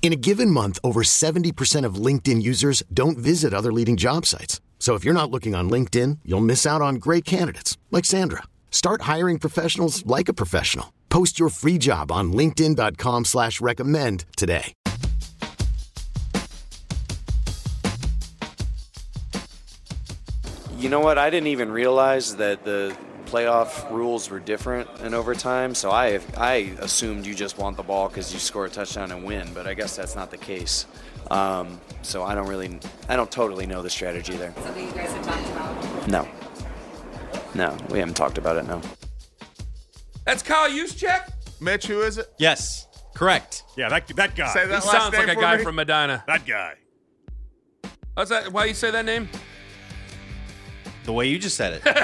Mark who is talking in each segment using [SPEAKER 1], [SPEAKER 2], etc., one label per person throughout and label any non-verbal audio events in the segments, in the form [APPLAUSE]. [SPEAKER 1] In a given month, over 70% of LinkedIn users don't visit other leading job sites. So if you're not looking on LinkedIn, you'll miss out on great candidates like Sandra. Start hiring professionals like a professional. Post your free job on linkedin.com slash recommend today.
[SPEAKER 2] You know what? I didn't even realize that the playoff rules were different in overtime. So I I assumed you just want the ball because you score a touchdown and win, but I guess that's not the case. Um, so I don't really, I don't totally know the strategy there.
[SPEAKER 3] Something you guys have talked about?
[SPEAKER 2] No, no, we haven't talked about it. No.
[SPEAKER 4] That's Kyle Juszczyk.
[SPEAKER 5] Mitch, who is it?
[SPEAKER 6] Yes, correct.
[SPEAKER 7] Yeah, that that guy.
[SPEAKER 5] Say that
[SPEAKER 4] he
[SPEAKER 5] last
[SPEAKER 4] sounds
[SPEAKER 5] name
[SPEAKER 4] like a
[SPEAKER 5] for
[SPEAKER 4] guy
[SPEAKER 5] me.
[SPEAKER 4] from Medina.
[SPEAKER 7] That guy.
[SPEAKER 4] How's that? Why you say that name?
[SPEAKER 6] The way you just said [LAUGHS] it.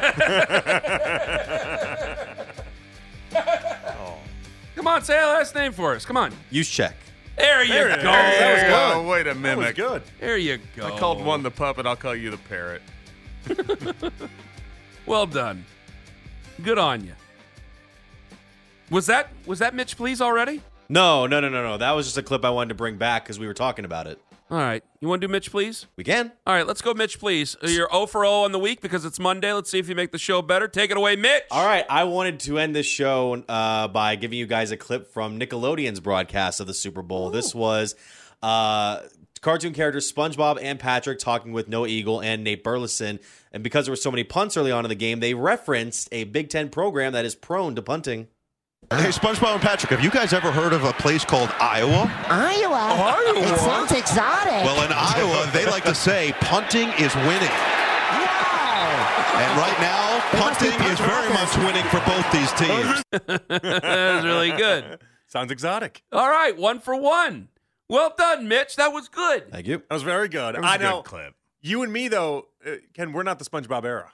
[SPEAKER 4] Come on, say a last name for us. Come on.
[SPEAKER 6] Use check.
[SPEAKER 4] There you
[SPEAKER 7] There it
[SPEAKER 4] go.
[SPEAKER 7] is.
[SPEAKER 5] There you
[SPEAKER 7] That was
[SPEAKER 5] go.
[SPEAKER 7] good.
[SPEAKER 5] Wait a
[SPEAKER 7] That was
[SPEAKER 5] minute.
[SPEAKER 7] good.
[SPEAKER 4] There you go.
[SPEAKER 5] I called one the puppet. I'll call you the parrot.
[SPEAKER 4] Well done. Good on you. Was that was that Mitch Please already?
[SPEAKER 6] No, no, no, no, no. That was just a clip I wanted to bring back because we were talking about it.
[SPEAKER 4] All right. You want to do Mitch Please?
[SPEAKER 6] We can.
[SPEAKER 4] All right, let's go Mitch Please. Uh, You're 0 for 0 on the week because it's Monday. Let's see if you make the show better. Take it away, Mitch.
[SPEAKER 6] All right. I wanted to end this show uh, by giving you guys a clip from Nickelodeon's broadcast of the Super Bowl. This was uh, cartoon characters SpongeBob and Patrick talking with No Eagle and Nate Burleson. And because there were so many punts early on in the game, they referenced a Big Ten program that is prone to punting.
[SPEAKER 8] Hey, SpongeBob and Patrick, have you guys ever heard of a place called Iowa?
[SPEAKER 9] Iowa. It sounds exotic.
[SPEAKER 8] Well, in Iowa, they like to say punting is winning.
[SPEAKER 9] wow.
[SPEAKER 8] And right now,
[SPEAKER 9] must be
[SPEAKER 8] punting is
[SPEAKER 9] punch
[SPEAKER 8] very much
[SPEAKER 9] rockers.
[SPEAKER 8] winning for both these teams.
[SPEAKER 4] [LAUGHS] that was really good.
[SPEAKER 7] Sounds exotic.
[SPEAKER 4] All right, one for one. Well done, Mitch. That was good.
[SPEAKER 6] Thank you.
[SPEAKER 7] That was very good.
[SPEAKER 5] That was
[SPEAKER 7] I
[SPEAKER 5] a
[SPEAKER 7] know.
[SPEAKER 5] good clip.
[SPEAKER 7] You and me though, uh, Ken, we're not the SpongeBob era.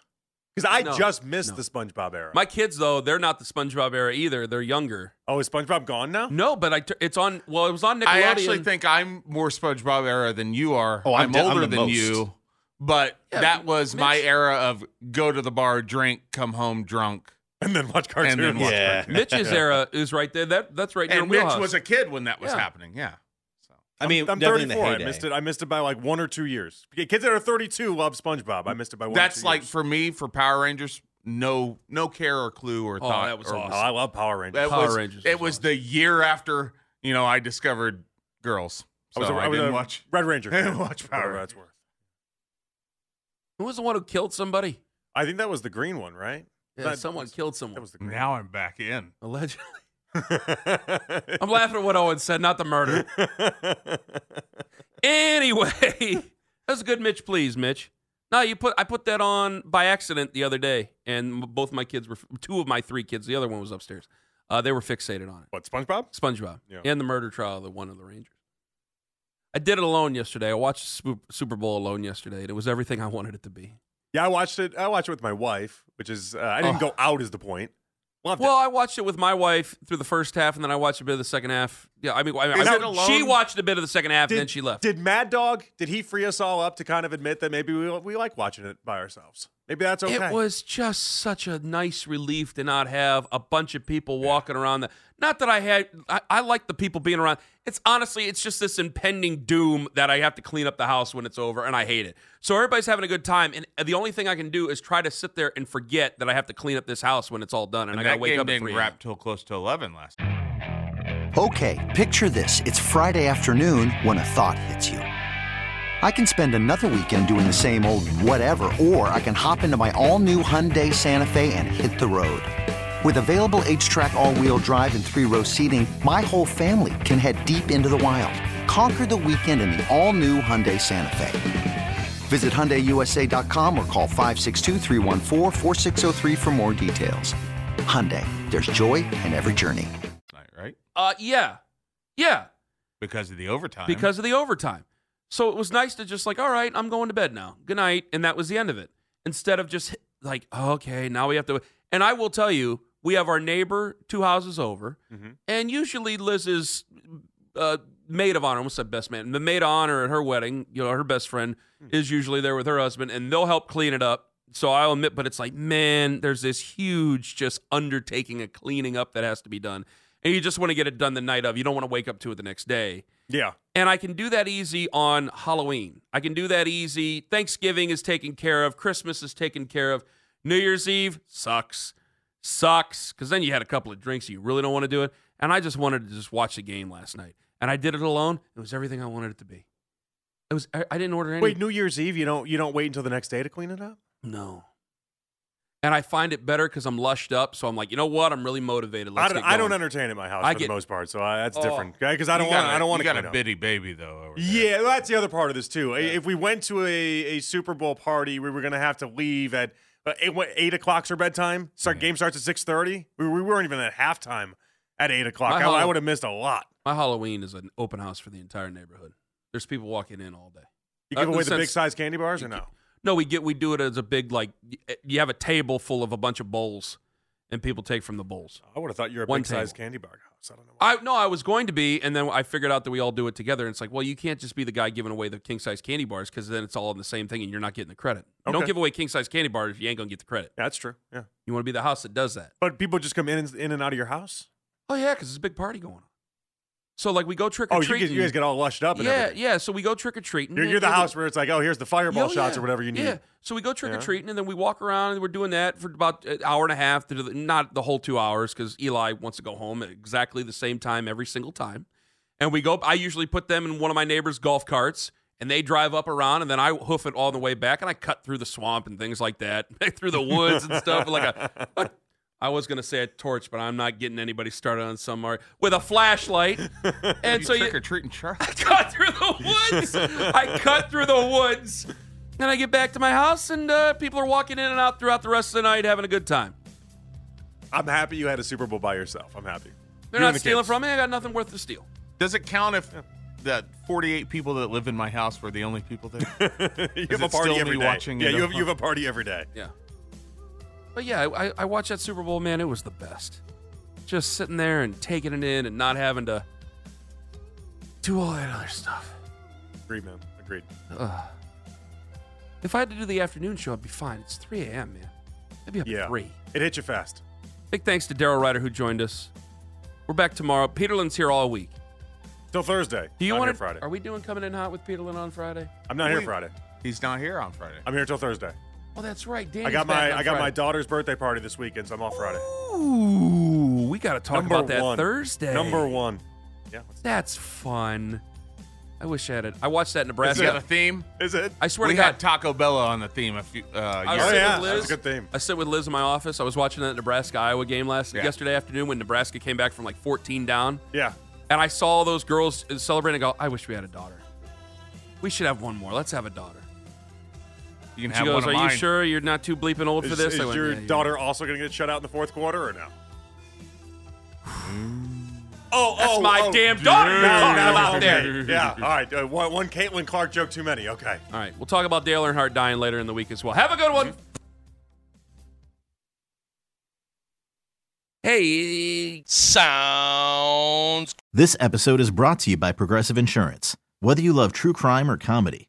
[SPEAKER 7] Because I
[SPEAKER 4] No,
[SPEAKER 7] just missed
[SPEAKER 4] no.
[SPEAKER 7] the SpongeBob era.
[SPEAKER 4] My kids, though, they're not the SpongeBob era either. They're younger.
[SPEAKER 7] oh, is SpongeBob gone now? [LAUGHS]
[SPEAKER 4] No, but I t- it's on. Well, it was on Nickelodeon.
[SPEAKER 5] I actually think [LAUGHS] I'm more SpongeBob era than you are.
[SPEAKER 6] Oh, I'm
[SPEAKER 5] I'm
[SPEAKER 6] de- I'm
[SPEAKER 5] older
[SPEAKER 6] the
[SPEAKER 5] than
[SPEAKER 6] most.
[SPEAKER 5] you, but
[SPEAKER 4] Yeah,
[SPEAKER 5] that was my
[SPEAKER 4] Mitch-
[SPEAKER 5] era of go to the bar, drink, come home drunk.
[SPEAKER 7] And then watch cartoons.
[SPEAKER 5] then watch
[SPEAKER 6] Yeah.
[SPEAKER 4] [LAUGHS]
[SPEAKER 5] cartoons.
[SPEAKER 4] Mitch's era is right there. That that's right in your
[SPEAKER 5] And Mitch
[SPEAKER 4] wheelhouse.
[SPEAKER 5] was a kid when that was
[SPEAKER 4] Yeah.
[SPEAKER 5] happening. Yeah.
[SPEAKER 6] I mean,
[SPEAKER 7] I'm
[SPEAKER 6] definitely in the
[SPEAKER 7] 34. I
[SPEAKER 6] heyday.
[SPEAKER 7] missed it. I missed it by like one or two years. Okay, Kids that are 32 love SpongeBob. I missed it by one. or
[SPEAKER 5] That's
[SPEAKER 7] two
[SPEAKER 5] like
[SPEAKER 7] years.
[SPEAKER 5] for me for Power Rangers, no no care or clue or
[SPEAKER 4] Oh,
[SPEAKER 5] thought.
[SPEAKER 4] that was
[SPEAKER 5] or-
[SPEAKER 7] Oh,
[SPEAKER 4] awesome.
[SPEAKER 7] I love Power Rangers.
[SPEAKER 5] That
[SPEAKER 4] Power
[SPEAKER 5] was,
[SPEAKER 4] Rangers
[SPEAKER 5] It
[SPEAKER 4] was
[SPEAKER 5] was
[SPEAKER 4] awesome.
[SPEAKER 5] the year after you know I discovered girls. So I,
[SPEAKER 7] a-
[SPEAKER 5] didn't
[SPEAKER 7] a
[SPEAKER 5] watch. [LAUGHS]
[SPEAKER 7] Red Ranger.
[SPEAKER 5] I didn't
[SPEAKER 7] fan,
[SPEAKER 5] watch
[SPEAKER 7] for
[SPEAKER 5] Power
[SPEAKER 7] whatever
[SPEAKER 5] Rangers.
[SPEAKER 7] that's worth.
[SPEAKER 4] Who was the one who killed somebody?
[SPEAKER 7] I think that was the green one, right?
[SPEAKER 4] Yeah,
[SPEAKER 7] That
[SPEAKER 4] someone
[SPEAKER 7] was-
[SPEAKER 4] killed someone.
[SPEAKER 7] That was the green.
[SPEAKER 5] Now I'm back in.
[SPEAKER 4] Allegedly.
[SPEAKER 7] [LAUGHS]
[SPEAKER 4] I'm laughing at what Owen said, not the
[SPEAKER 5] [LAUGHS]
[SPEAKER 4] murder. Anyway, [LAUGHS] that was a good Mitch. Please, Mitch. No, you put I put that on by accident the other day, and m- both my kids were two of my three kids. The other one was upstairs. Uh, they were fixated on it.
[SPEAKER 7] [LAUGHS] what SpongeBob?
[SPEAKER 4] SpongeBob
[SPEAKER 7] Yeah.
[SPEAKER 4] and the murder trial of the one of the Rangers. I did it alone yesterday. I watched Sp- Super Bowl alone yesterday, and it was everything I wanted it to be.
[SPEAKER 7] Yeah, I watched it. I watched it with my wife, which is uh, I didn't
[SPEAKER 4] Oh.
[SPEAKER 7] go out. Is the point? Loved
[SPEAKER 4] Well,
[SPEAKER 7] it.
[SPEAKER 4] I watched it with my wife through the first half, and then I watched a bit of the second half. Yeah, I mean, I,
[SPEAKER 5] Is
[SPEAKER 4] I-
[SPEAKER 5] it alone?
[SPEAKER 4] she watched a bit of the second half, and then she left.
[SPEAKER 7] Did Mad Dog? Did he free us all up to kind of admit that maybe we we like watching it by ourselves? Maybe that's okay.
[SPEAKER 4] It was just such a nice relief to not have a bunch of people walking around. The, not that I had, I, I like the people being around. It's honestly, it's just this impending doom that I have to clean up the house when it's over, and I hate it. So everybody's having a good time, and the only thing I can do is try to sit there and forget that I have to clean up this house when it's all done, and,
[SPEAKER 5] And
[SPEAKER 4] I
[SPEAKER 5] that
[SPEAKER 4] gotta wake
[SPEAKER 5] game
[SPEAKER 4] up at
[SPEAKER 5] didn't
[SPEAKER 4] three.
[SPEAKER 5] wrap till close to eleven last.
[SPEAKER 9] Okay, picture this. It's Friday afternoon when a thought hits you. I can spend another weekend doing the same old whatever, or I can hop into my all-new Hyundai Santa Fe and hit the road. With available H-Track all-wheel drive and three-row seating, my whole family can head deep into the wild. Conquer the weekend in the all-new Hyundai Santa Fe. Visit HyundaiUSA.com or call 562-314-4603 for more details. Hyundai, there's joy in every journey.
[SPEAKER 5] right?
[SPEAKER 4] Uh, yeah, yeah.
[SPEAKER 5] Because of the overtime.
[SPEAKER 4] Because of the overtime. So it was nice to just like, all right, I'm going to bed now. Good night, and that was the end of it. Instead of just like, okay, now we have to. And I will tell you, we have our neighbor two houses over,
[SPEAKER 5] Mhm.
[SPEAKER 4] and usually Liz's uh, maid of honor, I almost said best man, the maid of honor at her wedding, you know, her best friend is usually there with her husband, and they'll help clean it up. So I'll admit, but it's like, man, there's this huge just undertaking of cleaning up that has to be done, and you just want to get it done the night of. You don't want to wake up to it the next day.
[SPEAKER 7] Yeah.
[SPEAKER 4] And I can do that easy on Halloween. I can do that easy. Thanksgiving is taken care of. Christmas is taken care of. New Year's Eve sucks. Sucks. Because then you had a couple of drinks. You really don't want to do it. And I just wanted to just watch the game last night. And I did it alone. It was everything I wanted it to be. It was I, I didn't order any
[SPEAKER 7] Wait, New Year's Eve, you don't you don't wait until the next day to clean it up?
[SPEAKER 4] No. And I find it better because I'm lushed up. So I'm like, you know what? I'm really motivated. Let's
[SPEAKER 7] I don't,
[SPEAKER 4] get
[SPEAKER 7] I don't
[SPEAKER 4] going.
[SPEAKER 7] entertain at my house
[SPEAKER 4] I
[SPEAKER 7] for
[SPEAKER 4] get-
[SPEAKER 7] the most part, so I, that's
[SPEAKER 4] Oh.
[SPEAKER 7] different. Because I
[SPEAKER 5] You
[SPEAKER 7] don't
[SPEAKER 5] got
[SPEAKER 7] want
[SPEAKER 5] a-
[SPEAKER 7] I don't want
[SPEAKER 5] You got
[SPEAKER 7] to clean
[SPEAKER 5] a
[SPEAKER 7] up.
[SPEAKER 5] bitty baby though.
[SPEAKER 7] Yeah, well, that's the other part of this too. I- If we went to a, a Super Bowl party, we were going to have to leave at uh, eight, what, eight o'clock's our bedtime. Start game starts at six thirty. We, we weren't even at halftime at eight o'clock.
[SPEAKER 4] My
[SPEAKER 7] I,
[SPEAKER 4] hol-
[SPEAKER 7] I would have missed a lot.
[SPEAKER 4] My Halloween is an open house for the entire neighborhood. There's people walking in all day.
[SPEAKER 7] You
[SPEAKER 4] Uh,
[SPEAKER 7] give
[SPEAKER 4] in
[SPEAKER 7] away
[SPEAKER 4] the
[SPEAKER 7] the big
[SPEAKER 4] sense-
[SPEAKER 7] size candy bars or no?
[SPEAKER 4] No, we get we do it as a big like y- eh, you have a table full of a bunch of bowls, and people take from the bowls.
[SPEAKER 7] I would have thought you were a
[SPEAKER 4] One
[SPEAKER 7] big size
[SPEAKER 4] table.
[SPEAKER 7] candy bar house. I don't know.
[SPEAKER 4] I no, I was going to be, and then I figured out that we all do it together. And it's like, well, you can't just be the guy giving away the king size candy bars because then it's all in the same thing, and you're not getting the credit. You Don't
[SPEAKER 7] Okay.
[SPEAKER 4] give away king size candy bars if you ain't gonna get the credit.
[SPEAKER 7] Yeah, that's true. Yeah,
[SPEAKER 4] You want to be the house that does that.
[SPEAKER 7] but people just come in and, in and out of your house.
[SPEAKER 4] Oh yeah, because there's a big party going on. So like we go trick
[SPEAKER 7] Oh,
[SPEAKER 4] or
[SPEAKER 7] you,
[SPEAKER 4] treating.
[SPEAKER 7] get, you guys get all lushed up. And
[SPEAKER 4] yeah,
[SPEAKER 7] everything.
[SPEAKER 4] yeah. So we go trick or treating.
[SPEAKER 7] You're,
[SPEAKER 4] and-
[SPEAKER 7] you're the
[SPEAKER 4] and-
[SPEAKER 7] house where it's like, oh, here's the fireball
[SPEAKER 4] Yeah,
[SPEAKER 7] shots
[SPEAKER 4] yeah.
[SPEAKER 7] or whatever you need.
[SPEAKER 4] Yeah. So we go trick or
[SPEAKER 7] Yeah.
[SPEAKER 4] treating, and then we walk around, and we're doing that for about an hour and a half, to the, not the whole two hours, because Eli wants to go home at exactly the same time every single time. And we go. I usually put them in one of my neighbor's golf carts, and they drive up around, and then I hoof it all the way back, and I cut through the swamp and things like that, [LAUGHS] through the woods and stuff, like a. I was gonna say a torch, but I'm not getting anybody started on some art with a
[SPEAKER 7] [LAUGHS]
[SPEAKER 4] flashlight. And so you,
[SPEAKER 5] trick or treating Charlie.
[SPEAKER 4] cut through the woods. I cut through the woods, and I get back to my house, and uh, people are walking in and out throughout the rest of the night, having a good time.
[SPEAKER 7] I'm happy you had a Super Bowl by yourself. I'm happy.
[SPEAKER 4] They're
[SPEAKER 7] You and
[SPEAKER 4] not
[SPEAKER 7] the
[SPEAKER 4] stealing
[SPEAKER 7] kids.
[SPEAKER 4] from me. I got nothing worth to steal.
[SPEAKER 5] Does it count if that 48 people that live in my house were the only
[SPEAKER 4] [LAUGHS]
[SPEAKER 5] people there?
[SPEAKER 7] [LAUGHS] you
[SPEAKER 5] Is
[SPEAKER 7] have a
[SPEAKER 5] it still
[SPEAKER 7] party
[SPEAKER 5] me
[SPEAKER 7] every day.
[SPEAKER 5] watching
[SPEAKER 7] yeah,
[SPEAKER 5] it
[SPEAKER 7] you
[SPEAKER 5] up?
[SPEAKER 7] have, you have a party every day.
[SPEAKER 4] Yeah. But yeah, I, I- I watched that Super Bowl, man. It was the best. Just sitting there and taking it in, and not having to do all that other stuff.
[SPEAKER 7] Agreed, man. Agreed.
[SPEAKER 4] Ugh. If I had to do the afternoon show, I'd be fine. It's 3 a.m., man. I'd be up
[SPEAKER 7] Yeah.
[SPEAKER 4] at 3.
[SPEAKER 7] It hit you fast.
[SPEAKER 4] Big thanks to Daryl Ryder who joined us. We're back tomorrow. Peterlin's here all week.
[SPEAKER 7] Till Thursday.
[SPEAKER 4] Do you
[SPEAKER 7] Not
[SPEAKER 4] want
[SPEAKER 7] here Friday?
[SPEAKER 4] Are we doing coming in hot with Peterlin on Friday?
[SPEAKER 7] I'm not here
[SPEAKER 5] We-
[SPEAKER 7] Friday.
[SPEAKER 5] He's not here on Friday.
[SPEAKER 7] I'm here till Thursday.
[SPEAKER 4] Oh, that's right. Danny's
[SPEAKER 7] I got
[SPEAKER 4] back
[SPEAKER 7] my
[SPEAKER 4] on
[SPEAKER 7] I got my
[SPEAKER 4] Friday.
[SPEAKER 7] daughter's birthday party this weekend, so I'm off Friday.
[SPEAKER 4] Ooh, we got to talk
[SPEAKER 7] Number
[SPEAKER 4] about that
[SPEAKER 7] one.
[SPEAKER 4] Thursday.
[SPEAKER 7] Number one. Yeah.
[SPEAKER 4] That's fun. I wish I had it. I watched that
[SPEAKER 5] Is that a
[SPEAKER 4] Nebraska.
[SPEAKER 5] theme?
[SPEAKER 7] Is it?
[SPEAKER 4] I swear
[SPEAKER 5] we
[SPEAKER 4] to God.
[SPEAKER 5] had Taco Bella on the theme a few. Uh,
[SPEAKER 4] I was
[SPEAKER 7] Oh
[SPEAKER 5] years
[SPEAKER 4] sitting
[SPEAKER 7] yeah,
[SPEAKER 4] with
[SPEAKER 7] that's a
[SPEAKER 4] Liz.
[SPEAKER 7] good theme.
[SPEAKER 4] I sit with Liz in my office. I was watching that Nebraska Iowa game last
[SPEAKER 5] Yeah.
[SPEAKER 4] yesterday afternoon when Nebraska came back from like 14 down,
[SPEAKER 7] Yeah.
[SPEAKER 4] and I saw all those girls celebrating. I go, I wish we had a daughter. We should have one more. Let's have a daughter.
[SPEAKER 5] You can
[SPEAKER 4] She
[SPEAKER 5] have
[SPEAKER 4] goes,
[SPEAKER 5] one
[SPEAKER 4] "Are
[SPEAKER 5] of mine.
[SPEAKER 4] you sure you're not too bleeping old for
[SPEAKER 7] Is,
[SPEAKER 4] this?"
[SPEAKER 7] is
[SPEAKER 4] I went,
[SPEAKER 7] your
[SPEAKER 4] "Yeah, you're
[SPEAKER 7] daughter also going to get shut out in the fourth quarter
[SPEAKER 4] [SIGHS]
[SPEAKER 7] or no? oh,
[SPEAKER 4] That's
[SPEAKER 7] oh,
[SPEAKER 4] my
[SPEAKER 7] oh.
[SPEAKER 4] damn daughter you're
[SPEAKER 7] Now-
[SPEAKER 4] talking
[SPEAKER 7] now
[SPEAKER 4] about
[SPEAKER 7] you're
[SPEAKER 4] there.
[SPEAKER 7] confused. Yeah. All right. Uh, one, one Caitlin Clark joke too many. Okay.
[SPEAKER 4] All right, we'll talk about Dale Earnhardt dying later in the week as well. Have a good one. Hey,
[SPEAKER 10] Sounds
[SPEAKER 11] This episode is brought to you by Progressive Insurance. Whether you love true crime or comedy,